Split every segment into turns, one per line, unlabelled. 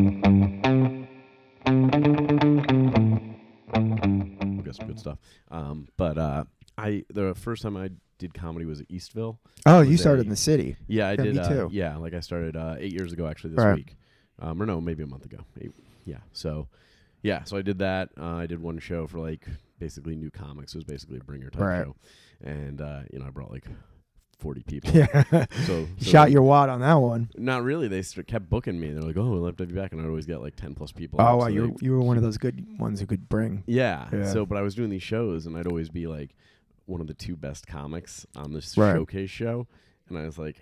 Mm-hmm.
Um, but uh, I the first time I did comedy was at Eastville.
Oh,
Was
you
that
started
you?
in the city.
Yeah, I
Yeah, me
did. uh,
too.
yeah, like I started uh, eight years ago actually this
Right.
week, um, or no, maybe a month ago. Eight, yeah, so yeah, so I did that. Uh, I did one show for like basically new comics. It was basically a bringer type
Right.
show, and uh, you know I brought like forty people.
Yeah.
So, so
Shot your wad on that one.
Not really. They st- kept booking me. They're like, "Oh, we'll have to have you back," and I'd always get like ten plus people.
Oh,
out,
wow,
so
you
they-
you were one of those good ones who could bring.
yeah.
Yeah.
So, but I was doing these shows, and I'd always be like one of the two best comics on this
Right.
showcase show, and I was like,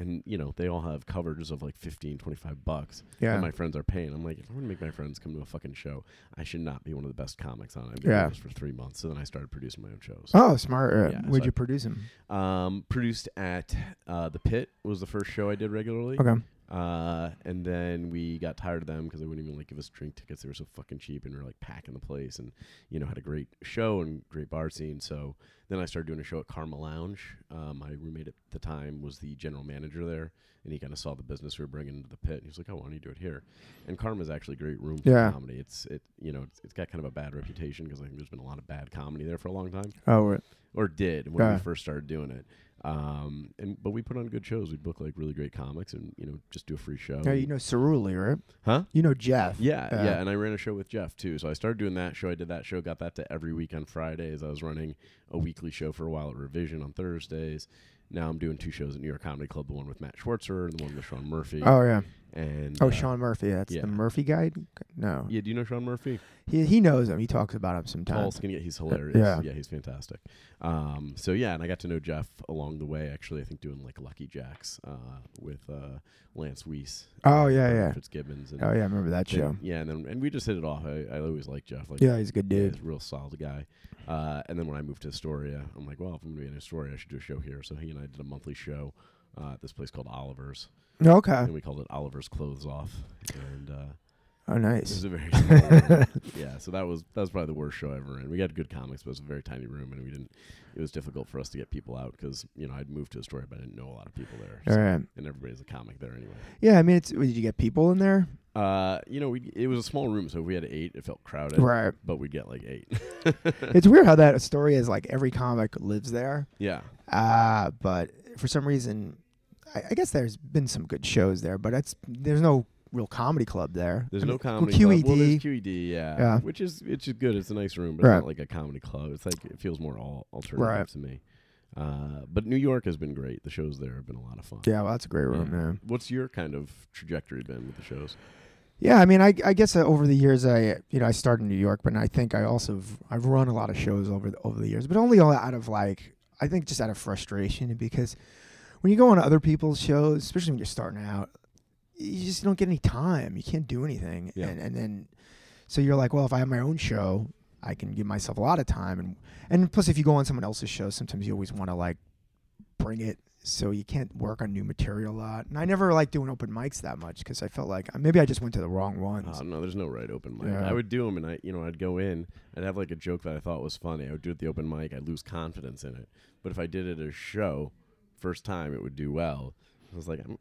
and you know, they all have covers of like 15, 25 bucks. that
Yeah.
my friends are paying. I'm like, if I'm gonna make my friends come to a fucking show, I should not be one of the best comics on it. I've been
Yeah.
doing this for three months. So then I started producing my own shows.
Oh, smart. Uh,
Yeah,
Would
so I-
you produce him?
Um, produced at uh, the Pit was the first show I did regularly.
Okay.
Uh, and then we got tired of them because they wouldn't even like give us drink tickets. They were so fucking cheap, and we were like packing the place, and you know had a great show and great bar scene. So then I started doing a show at Karma Lounge. Uh, my roommate at the time was the general manager there, and he kind of saw the business we were bringing into the pit. And he was like, "Oh, why don't you do it here?" And Karma's actually a great room for
Yeah.
comedy. It's it you know it's, it's got kind of a bad reputation because I think there's been a lot of bad comedy there for a long time
Oh, right.
or did when
Yeah.
we first started doing it. Um, and but we put on good shows. We book like really great comics, and you know just do a free show.
Oh, yeah, you know Cerulli, right?
Huh?
You know Jeff.
Yeah,
Yeah.
yeah, And I ran a show with Jeff too. So I started doing that show. I did that show. Got that to every week on Fridays. I was running a weekly show for a while at Revision on Thursdays. Now I'm doing two shows at New York Comedy Club. The one with Matt Schwartzer and the one with Sean Murphy.
Oh yeah.
and
Oh,
uh,
Sean Murphy. That's
yeah.
the Murphy guy. No.
Yeah, do you know Sean Murphy?
He he knows him. He talks about him
Tall,
sometimes.
skinny. He's hilarious.
Uh, yeah.
Yeah. he's fantastic. Um, so yeah, and I got to know Jeff along the way. Actually, I think doing like Lucky Jacks uh, with uh, Lance Weiss.
Oh,
uh,
yeah,
Brian
yeah.
Fitzgibbons. And
Oh yeah, I remember that show.
then- yeah, and then and we just hit it off. I, I always like Jeff. Like,
Yeah, he's a good
yeah,
dude.
He's a real solid guy. Uh, and then when I moved to Astoria, I'm like, well, if I'm going to be in Astoria, I should do a show here. So he and I did a monthly show uh, at this place called Oliver's.
Okay.
and we called it Oliver's Clothes Off. And uh,
Oh,
this
nice.
is a very small room. yeah. So that was that was probably the worst show I ever. And we had good comics, but it was a very tiny room, and we didn't. It was difficult for us to get people out because you know I'd moved to Astoria, but I didn't know a lot of people there,
All
so-
right.
and everybody's a comic there anyway.
Yeah, I mean, it's, did you get people in there?
Uh, you know, we it was a small room, so if we had eight, it felt crowded,
Right.
but we'd get like eight.
It's weird how that story is like every comic lives there,
yeah.
uh, but for some reason, I, I guess there's been some good shows there, but it's there's no real comedy club there.
There's
I
no
mean,
comedy
Well, E QED.
club. Well, there's QED, yeah.
Yeah.
Which is it's just good. It's a nice room, but
Right.
it's not like a comedy club. It's like it feels more all alternative
Right.
to me. Uh, but New York has been great. The shows there have been a lot of fun.
yeah, well, that's a great room. Yeah.
What's your kind of trajectory been with the shows?
Yeah, I mean, I, I guess uh, over the years, I you know I started in New York, but I think I also have, I've run a lot of shows over the, over the years, but only all out of like I think just out of frustration because when you go on other people's shows, especially when you're starting out, you just don't get any time. You can't do anything,
Yeah.
and and then so you're like, well, if I have my own show, I can give myself a lot of time, and and plus if you go on someone else's show, sometimes you always want to like bring it so you can't work on new material a lot. And I never liked doing open mics that much because I felt like uh, maybe I just went to the wrong ones.
Oh, no, there's no right open mic.
Yeah.
I would do them, and I, you know, I'd go in, I'd have like a joke that I thought was funny. I would do it at the open mic. I'd lose confidence in it. But if I did it at a show, first time, it would do well. I was like, I'm,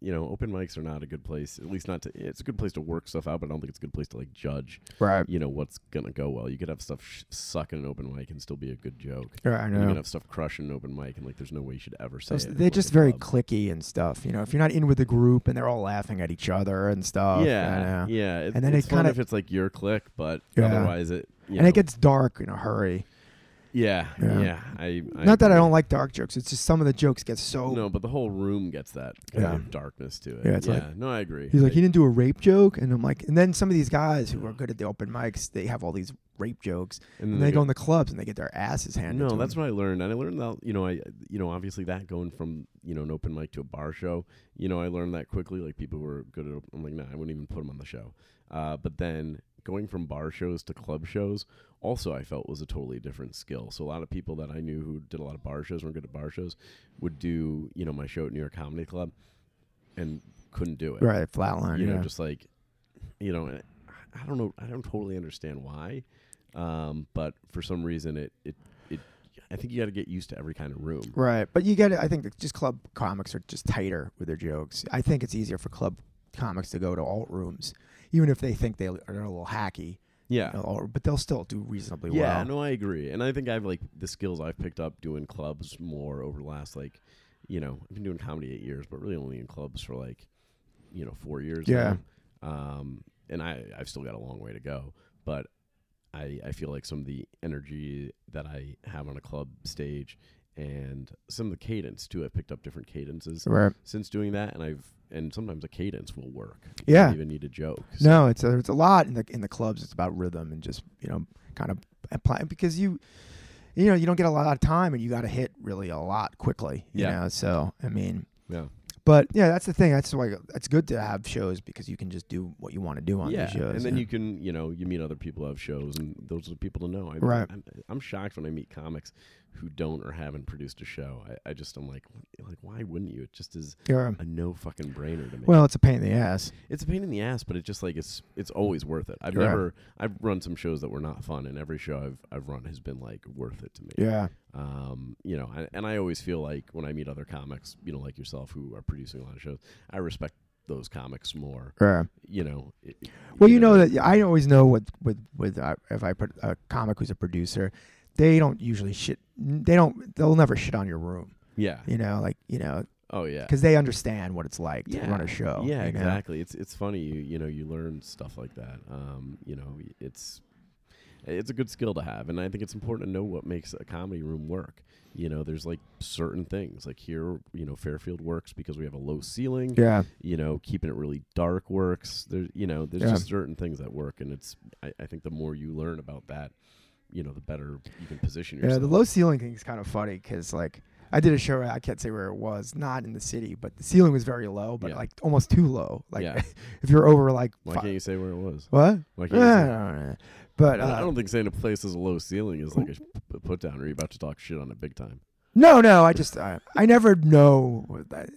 you know, open mics are not a good place. At least not to. It's a good place to work stuff out, but I don't think it's a good place to like judge.
right.
You know what's gonna go well. You could have stuff sh- suck in an open mic and still be a good joke.
Yeah, I
And You
know.
could have stuff crush in an open mic, and like, there's no way you should ever say.
So s-
it in,
they're
like,
just
a
very
club.
clicky and stuff. You know, if you're not in with the group and they're all laughing at each other and stuff. I
yeah,
know.
yeah. It,
And then
it's
it
fun
kinda-
if it's like your click, but
Yeah.
otherwise it. You
and
know,
it gets dark in a hurry.
Yeah,
Yeah.
yeah. I, I
Not that I
agree.
don't like dark jokes. It's just some of the jokes get so.
No, but the whole room gets that kind
Yeah.
of darkness to it.
Yeah, it's like-
no, I agree.
He's like,
I-
he didn't do a rape joke, and I'm like, and then some of these guys who are good at the open mics, they have all these rape jokes,
and
and
then
they go in the clubs and they get their asses handed.
No,
to
that's
them.
what I learned, and I learned that you know I you know obviously that going from you know an open mic to a bar show, you know I learned that quickly. Like people were good at, op- I'm like, nah, I wouldn't even put them on the show. Uh, but then going from bar shows to club shows also I felt was a totally different skill. So a lot of people that I knew who did a lot of bar shows weren't good at bar shows would do you know my show at New York Comedy Club and couldn't do it.
right flatline.
you
yeah.
know, just like, you know, and I I don't know, I don't totally understand why, um, but for some reason it it it, I think you got to get used to every kind of room.
Right, but you get it. I think that just club comics are just tighter with their jokes. I think it's easier for club comics to go to alt rooms, even if they think they are a little hacky.
Yeah.
or, but they'll still do reasonably
yeah,
well.
no, I agree, and I think I've like the skills I've picked up doing clubs more over the last like, you know, I've been doing comedy eight years, but really only in clubs for like, you know, four years.
Yeah.
now. um, and I I've still got a long way to go, but I I feel like some of the energy that I have on a club stage and some of the cadence too, I've picked up different cadences
Right.
since doing that, and I've and sometimes a cadence will work. You don't
Yeah.
even need a joke. So-
No, it's a, it's a lot in the in the clubs. It's about rhythm and just you know kind of apply because you you know you don't get a lot of time and you got to hit really a lot quickly. You
Yeah.
know, so I mean,
yeah.
but yeah, that's the thing. That's why it's good to have shows because you can just do what you want to do on
yeah,
these shows.
and then
yeah.
you can, you know, you meet other people who have shows, and those are the people to know. I,
Right.
I'm, I'm shocked when I meet comics who don't or haven't produced a show. I, I just am like, like, why wouldn't you? It just is
Yeah.
a no fucking brainer to me.
Well, it's a pain in the ass.
it's a pain in the ass, but it's just like it's it's always worth it. I've
Right.
never I've run some shows that were not fun, and every show I've I've run has been like worth it to me.
Yeah.
Um, you know, and, and I always feel like when I meet other comics, you know, like yourself, who are producing a lot of shows, I respect those comics more.
Yeah.
You know. it-
Well, you know
that.
that I always know with with with uh, if I put a comic who's a producer, they don't usually shit. They don't. They'll never shit on your room.
Yeah.
You know, like you know,
Oh yeah.
because they understand what it's like to
Yeah.
run a show.
Yeah,
you know?
exactly. It's it's funny. You you know you learn stuff like that. Um, you know it's it's a good skill to have, and I think it's important to know what makes a comedy room work. You know, there's like certain things. Like here, you know, Fairfield works because we have a low ceiling.
Yeah.
You know, keeping it really dark works. There's you know, there's
Yeah.
just certain things that work, and it's I, I think the more you learn about that, you know, the better you can position
Yeah.
yourself.
The low ceiling thing is kind of funny because like I did a show. I can't say where it was. Not in the city, but the ceiling was very low, but
Yeah.
like almost too low. Like
Yeah.
if you're over like
Why
fi-
can't you say where it was?
what?
Why
Eh,
can't
I
you say?
don't know. But
I
uh,
don't think saying a place is a low ceiling is like a, p- put down. Or you are about to talk shit on it big time?
no, no. I just I, I never know. what that-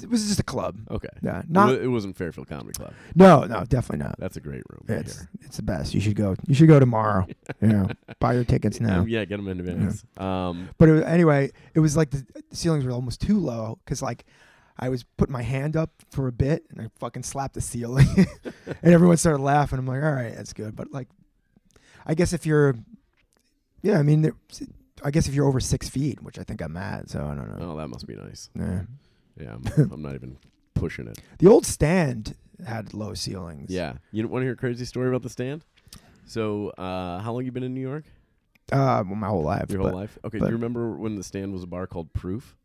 It was just a club.
Okay.
Yeah.
It wa-
Not
it, wasn't Fairfield Comedy Club.
No, no, definitely not.
That's a great room. right
It's
here.
it's the best. You should go. You should go tomorrow. you know, buy your tickets now.
Um, yeah, get them in advance. Um,
But it was, anyway, it was like the ceilings were almost too low because like I was putting my hand up for a bit and I fucking slapped the ceiling, and everyone started laughing. I'm like, all right, that's good. But like, I guess if you're, yeah, I mean, there, I guess if you're over six feet, which I think I'm at, so I don't know.
oh, that must be nice.
Yeah.
Yeah, I'm, I'm not even pushing it.
The old stand had low ceilings.
Yeah, you want to hear a crazy story about the stand? So, uh, how long you been in New York?
uh, well, my whole life.
Your whole life? Okay. Do
but-
you remember when the stand was a bar called Proof?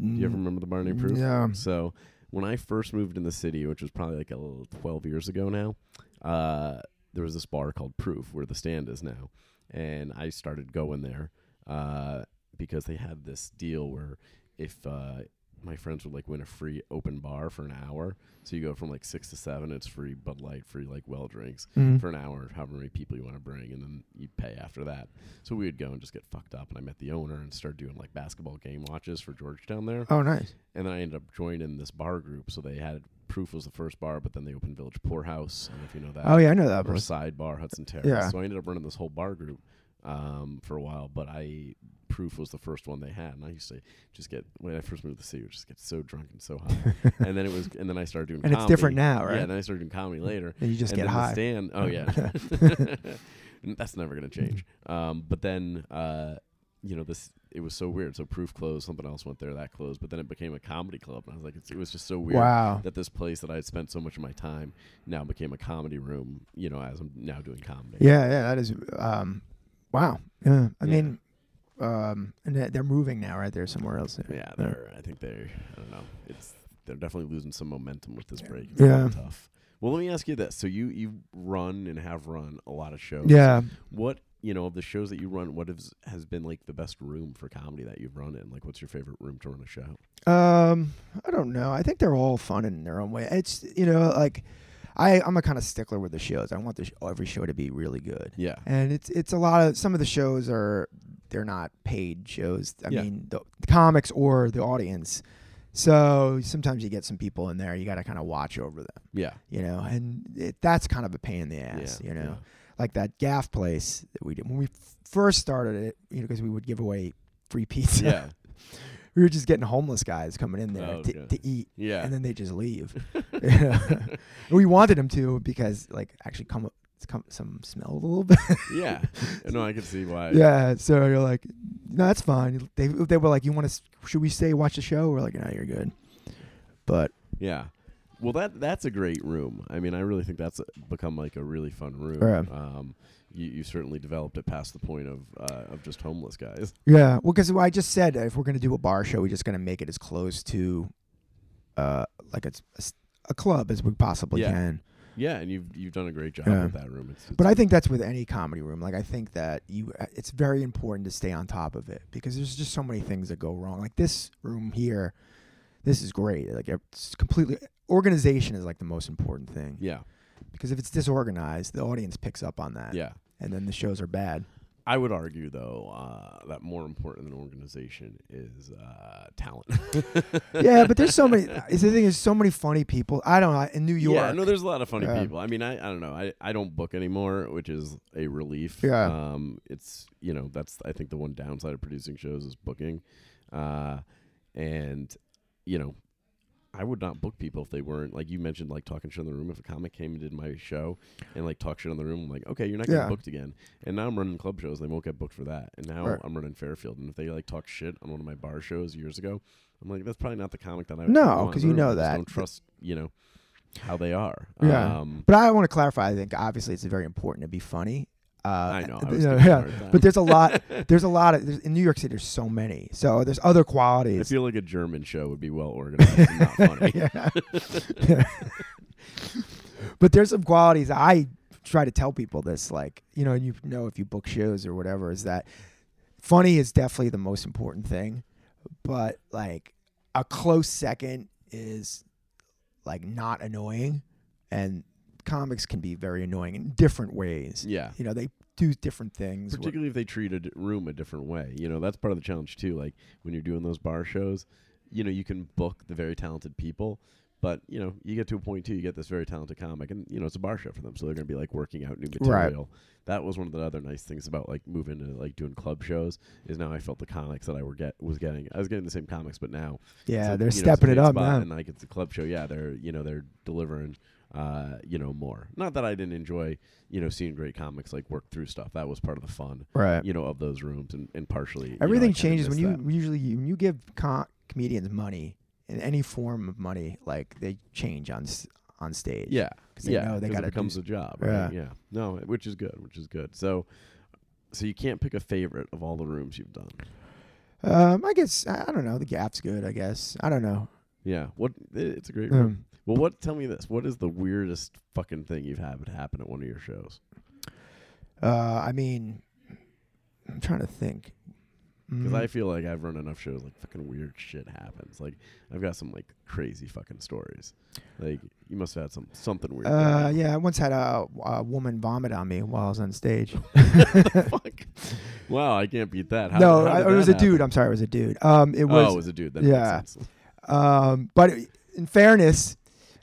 Do you ever
Mm,
remember the bar named Proof?
Yeah.
So when I first moved in the city, which was probably like a little twelve years ago now, uh, there was this bar called Proof where the stand is now, and I started going there uh, because they had this deal where if uh, my friends would like win a free open bar for an hour, so you go from like six to seven, it's free Bud Light, free like well drinks
Mhm.
for an hour, however many people you want to bring, and then you pay after that. So we would go and just get fucked up, and I met the owner and started doing like basketball game watches for Georgetown there
Oh, nice.
and then I ended up joining this bar group. So they had Proof was the first bar, but then they opened Village Poorhouse. I don't know if you know that.
Oh yeah, I know that.
Or
place.
Side Bar, Hudson Terrace.
Yeah.
So I ended up running this whole bar group um, for a while, but I Proof was the first one they had, and I used to just get when I first moved to the city, I would just get so drunk and so high, and then it was, and then I started doing
And it's different
comedy.
now,
Yeah,
right?
and then I started doing comedy later,
And you just
and
get
then the
high.
stand. Oh yeah, that's never gonna change. Um, but then, uh, you know, this it was so weird. So proof closed. Something else went there that closed. But then it became a comedy club, and I was like, it's, it was just so weird
Wow.
that this place that I had spent so much of my time now became a comedy room. You know, as I'm now doing comedy.
Yeah, yeah, that is. Um, wow. Yeah, I
Yeah.
mean, um, and they- they're moving now, right? They're somewhere else.
Yeah, they're. I think they're. I don't know. It's they're definitely losing some momentum with this break. It's
Yeah.
kinda tough. Well, let me ask you this. So you you run and have run a lot of shows.
Yeah.
What you know of the shows that you run? What has has been like the best room for comedy that you've run in? Like, what's your favorite room to run a show?
Um, I don't know. I think they're all fun in their own way. It's you know like, I I'm a kind of stickler with the shows. I want the sh- every show to be really good.
Yeah,
And it's it's a lot of some of the shows are they're not paid shows. I
Yeah.
mean, the, the comics or the audience. So sometimes you get some people in there. You got to kind of watch over them,
yeah,
you know, and it, that's kind of a pain in the ass,
yeah,
you know.
yeah.
like that gaff place that we did when we first started it, you know, because we would give away free pizza.
Yeah,
we were just getting homeless guys coming in there
Oh,
to,
God.
to eat,
yeah,
and then they just leave. You know? we wanted them to because, like, actually come it's come, some smell a little bit.
yeah. No, I could see why.
yeah. So you're like, no, that's fine. They they were like, you want to? Should we stay watch the show? We're like, no, you're good. But
Yeah. Well, that that's a great room. I mean, I really think that's uh, become like a really fun room.
Yeah.
Um, you, you certainly developed it past the point of uh, of just homeless guys.
yeah, well, because I just said if we're gonna do a bar show, we're just gonna make it as close to, uh, like it's a, s- a club as we possibly
Yeah.
can.
Yeah, and you've you've done a great job
Yeah.
with that room. It's,
But
it's-
I think that's with any comedy room. Like I think that you, uh, it's very important to stay on top of it because there's just so many things that go wrong. Like this room here, this is great. Like it's completely organization is like the most important thing
yeah,
because if it's disorganized, the audience picks up on that.
yeah.
and then the shows are bad.
I would argue though uh, that more important than organization is uh, talent.
yeah, but there's so many. uh, Is the thing is so many funny people. I don't know in New York.
Yeah, no, there's a lot of funny
Yeah.
people. I mean, I, I don't know. I, I don't book anymore, which is a relief.
Yeah.
Um, it's you know that's I think the one downside of producing shows is booking, uh, and you know, I would not book people if they weren't like you mentioned like talking shit in the room. If a comic came and did my show and like talk shit in the room, I'm like, okay, you're not getting
Yeah.
booked again. And now I'm running club shows. and They won't get booked for that. And now
Right.
I'm running Fairfield, and if they like talk shit on one of my bar shows years ago. I'm like, that's probably not the comic that I would
No,
want in the
'cause you
room.
know
I just
that.
don't trust, you know, how they are.
Yeah.
Um,
but I want to clarify. I think obviously it's very important to be funny. Uh,
I know. I
you
was
know,
giving
yeah.
her a time.
But there's a lot. There's a lot of there's, in New York City. There's so many. So there's other
I
qualities.
feel like a German show would be well organized and not funny.
yeah. but there's some qualities I try to tell people this, like you know, and you know if you book shows or whatever, is that funny is definitely the most important thing, but like a close second is like not annoying, and comics can be very annoying in different ways.
Yeah.
You know, they do different things. wh-
Particularly if they treat a d- room a different way. You know, that's part of the challenge too. Like when you're doing those bar shows, you know, you can book the very talented people, but you know, you get to a point too, you get this very talented comic and you know, it's a bar show for them. So they're going to be like working out new
Right.
material. That was one of the other nice things about like moving to like doing club shows is now I felt the comics that I were get was getting. I was getting the same comics, but now So,
yeah, they're
you know, it's a
stepping it
big
up
spot,
now.
and like it's a club show. Yeah, they're you know they're delivering, uh, you know more. Not that I didn't enjoy you know seeing great comics like work through stuff. That was part of the fun,
right.
you know, of those rooms and, and partially you know, I
Everything
kinda
changes when
miss
you
that.
usually when you give co comedians money in any form of money, like they change on s- on stage.
Yeah,
'Cause they
yeah,
know they
'cause
gotta
it
do
becomes
s-
a job. Right?
Yeah.
Yeah, no, which is good, which is good. So, so you can't pick a favorite of all the rooms you've done.
Um, I guess I, I don't know. The gap's good. I guess I don't know.
Yeah, what it's a great room.
Um,
Well, what? Tell me this. What is the weirdest fucking thing you've had happen at one of your shows?
uh, I mean, I'm trying to think.
Because I
Mm,
feel like I've run enough shows, like fucking weird shit happens. Like I've got some like crazy fucking stories. Like you must have had some something weird.
Uh, yeah, I once had a, a woman vomit on me while I was on stage.
yeah. Fuck. Wow, I can't beat that. How,
no,
how
I,
did
it was
that
a dude.
happen?
I'm sorry, it was a dude. Um, it was
oh, it was a dude. That
yeah.
yeah. Makes sense.
um, but in fairness,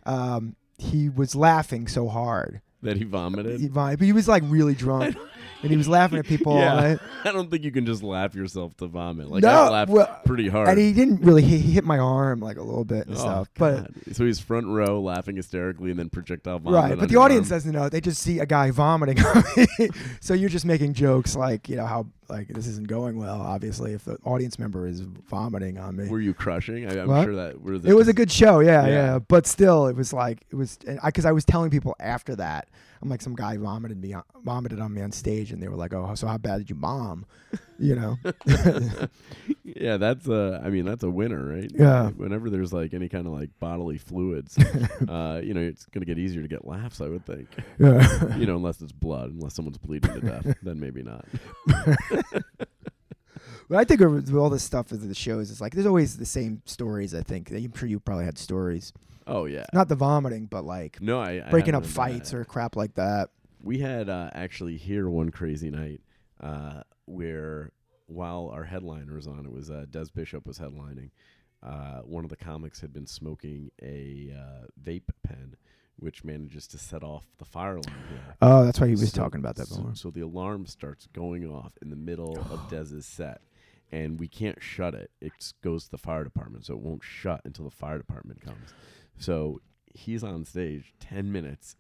um, he was laughing so hard.
That he
He,
vomited.
vom- but he was like really drunk, and he was laughing at people.
yeah.
and I-
I don't think you can just laugh yourself to vomit. Like
No,
I laughed
well,
pretty hard.
and he didn't really. He, he hit my arm like a little bit and
Oh,
stuff. But
God. so he's front row laughing hysterically and then projectile vomit.
right,
on
but the
your
audience
arm.
doesn't know. They just see a guy vomiting. on me. so you're just making jokes like you know how like this isn't going well. Obviously, if the audience member is vomiting on me.
Were you crushing? I, I'm
What?
sure that were the
it was a good show, yeah, yeah,
Yeah.
But still, it was like it was because I, 'cause I was telling people after that, I'm like, some guy vomited me, on, vomited on me on stage, and they were like, "Oh, so how bad did you bomb?" You know,
Yeah, that's a. I mean, that's a winner, right?
Yeah.
Whenever there's like any kind of like bodily fluids, uh, you know, it's gonna get easier to get laughs, I would think.
yeah.
You know, unless it's blood, unless someone's bleeding to death, then maybe not.
But I think with all this stuff with the shows, it's like there's always the same stories. I think I'm sure you probably had stories,
Oh yeah.
not the vomiting, but like
No, I I
breaking
haven't
up
done
fights
that.
or crap like that.
we had uh, actually here one crazy night uh, where while our headliner was on, it was uh, Des Bishop was headlining. Uh, one of the comics had been smoking a uh, vape pen, which manages to set off the fire alarm. here.
Oh, that's why he was
So-
talking about that
so-
before.
So the alarm starts going off in the middle of Dez's set, and we can't shut it. It s- goes to the fire department, so it won't shut until the fire department comes. So he's on stage ten minutes,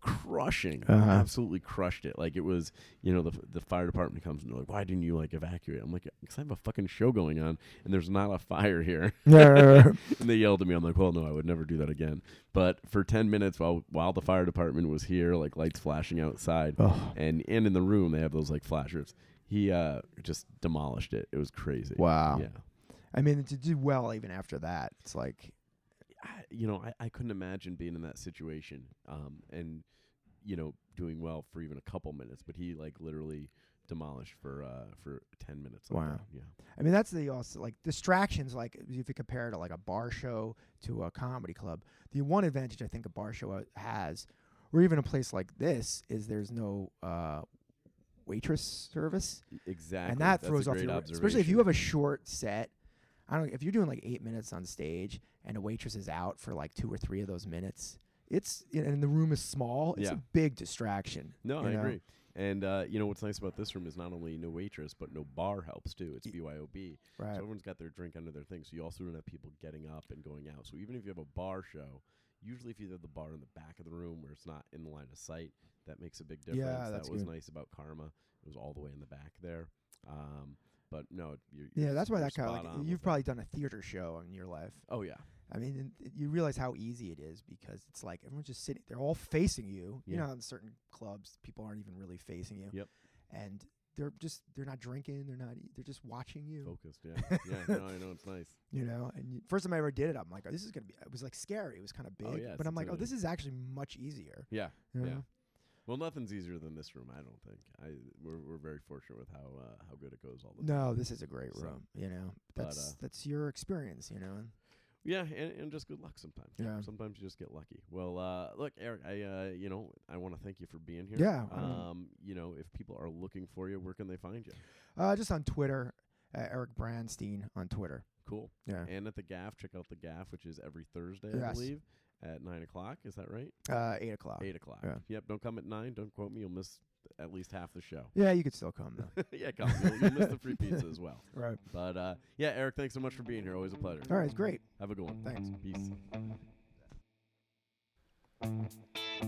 crushing,
Uh-huh.
absolutely crushed it. Like it was, you know, the the fire department comes and they're like, "Why didn't you like evacuate?" I'm like, "Cause I have a fucking show going on, and there's not a fire here."
Right, right, right.
and they yelled at me. I'm like, well, no, I would never do that again. But for 10 minutes while while the fire department was here, like lights flashing outside
Oh,
and and in the room, they have those like flashers. He uh just demolished it. It was crazy.
wow.
Yeah.
I mean, to do well even after that, it's like
I, you know, I, I couldn't imagine being in that situation um and you know, doing well for even a couple minutes, but he like literally demolished for uh for 10 minutes. like
Wow.
that. Yeah.
I mean, that's the also like distractions. Like if you compare it to like a bar show to a comedy club, the one advantage I think a bar show uh, has, or even a place like this, is there's no uh, waitress service,
Exactly.
and that
That's a
throws off
great
your especially if
observation.
you have a short set. I don't if you're doing like eight minutes on stage and a waitress is out for like two or three of those minutes. It's and the room is small. It's
Yeah.
a big distraction.
No,
you
I
know?
agree. And uh, you know what's nice about this room is not only no waitress, but no bar helps too. It's
Y-
BYOB, so
Right.
everyone's got their drink under their thing. So you also don't have people getting up and going out. So even if you have a bar show, usually if you have the bar in the back of the room where it's not in the line of sight, that makes a big difference.
Yeah, that's
that was
good.
nice about Karma. It was all the way in the back there. Um, but no, you're, you're
Yeah, that's why
you're
that kind
spot on
of like,
with
you've
that.
probably done a theater show in your life.
Oh yeah,
I mean, and it- you realize how easy it is because it's like everyone's just sitting. They're all facing you. You
Yeah.
know, how in certain clubs, people aren't even really facing you.
Yep.
And they're just they're not drinking. They're not. e- They're just watching you.
focused. Yeah, yeah. No, I know it's nice.
You know. And you, first time I ever did it, I'm like, oh, this is gonna be. It was like scary. It was kind of big.
Oh, yeah,
but
it's
I'm like, oh,
intimidating.
this is actually much easier.
Yeah.
you
Yeah.
know?
Well, nothing's easier than this room, I don't think. I we're we're very fortunate with how uh, how good it goes all the time.
No, this is a great
So,
room. you know,
but,
that's
uh,
that's your experience. You know.
Yeah, and, and just good luck sometimes.
Yeah.
Sometimes you just get lucky. Well, uh, look, Eric, I uh, you know I want to thank you for being here.
Yeah, I don't-
Um, you know, if people are looking for you, where can they find you?
Uh, just on Twitter, uh, Eric Branstein on Twitter.
Cool.
Yeah.
And at the Gaff, check out the Gaff, which is every Thursday, I
Yes.
believe, at nine o'clock. Is that right?
Uh, eight o'clock.
Eight o'clock.
yeah.
Yep. Don't come at nine. Don't quote me. You'll miss at least half the show.
Yeah, you could still come though.
yeah, come. You'll, you'll miss the free pizza as well.
right.
But uh, yeah, Eric, thanks so much for being here. Always a pleasure.
All right. It's great.
Have a good one.
Thanks.
Peace.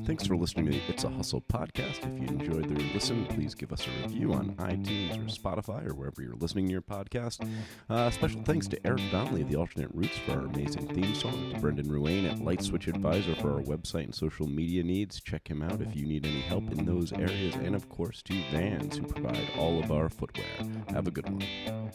Thanks for listening to the It's a Hustle podcast. If you enjoyed the listen, please give us a review on iTunes or Spotify or wherever you're listening to your podcast. Uh, special thanks to Eric Donnelly of the Alternate Roots for our amazing theme song, to Brendan Ruane at Light Switch Advisor for our website and social media needs. Check him out if you need any help in those areas, and of course to Vans, who provide all of our footwear. Have a good one.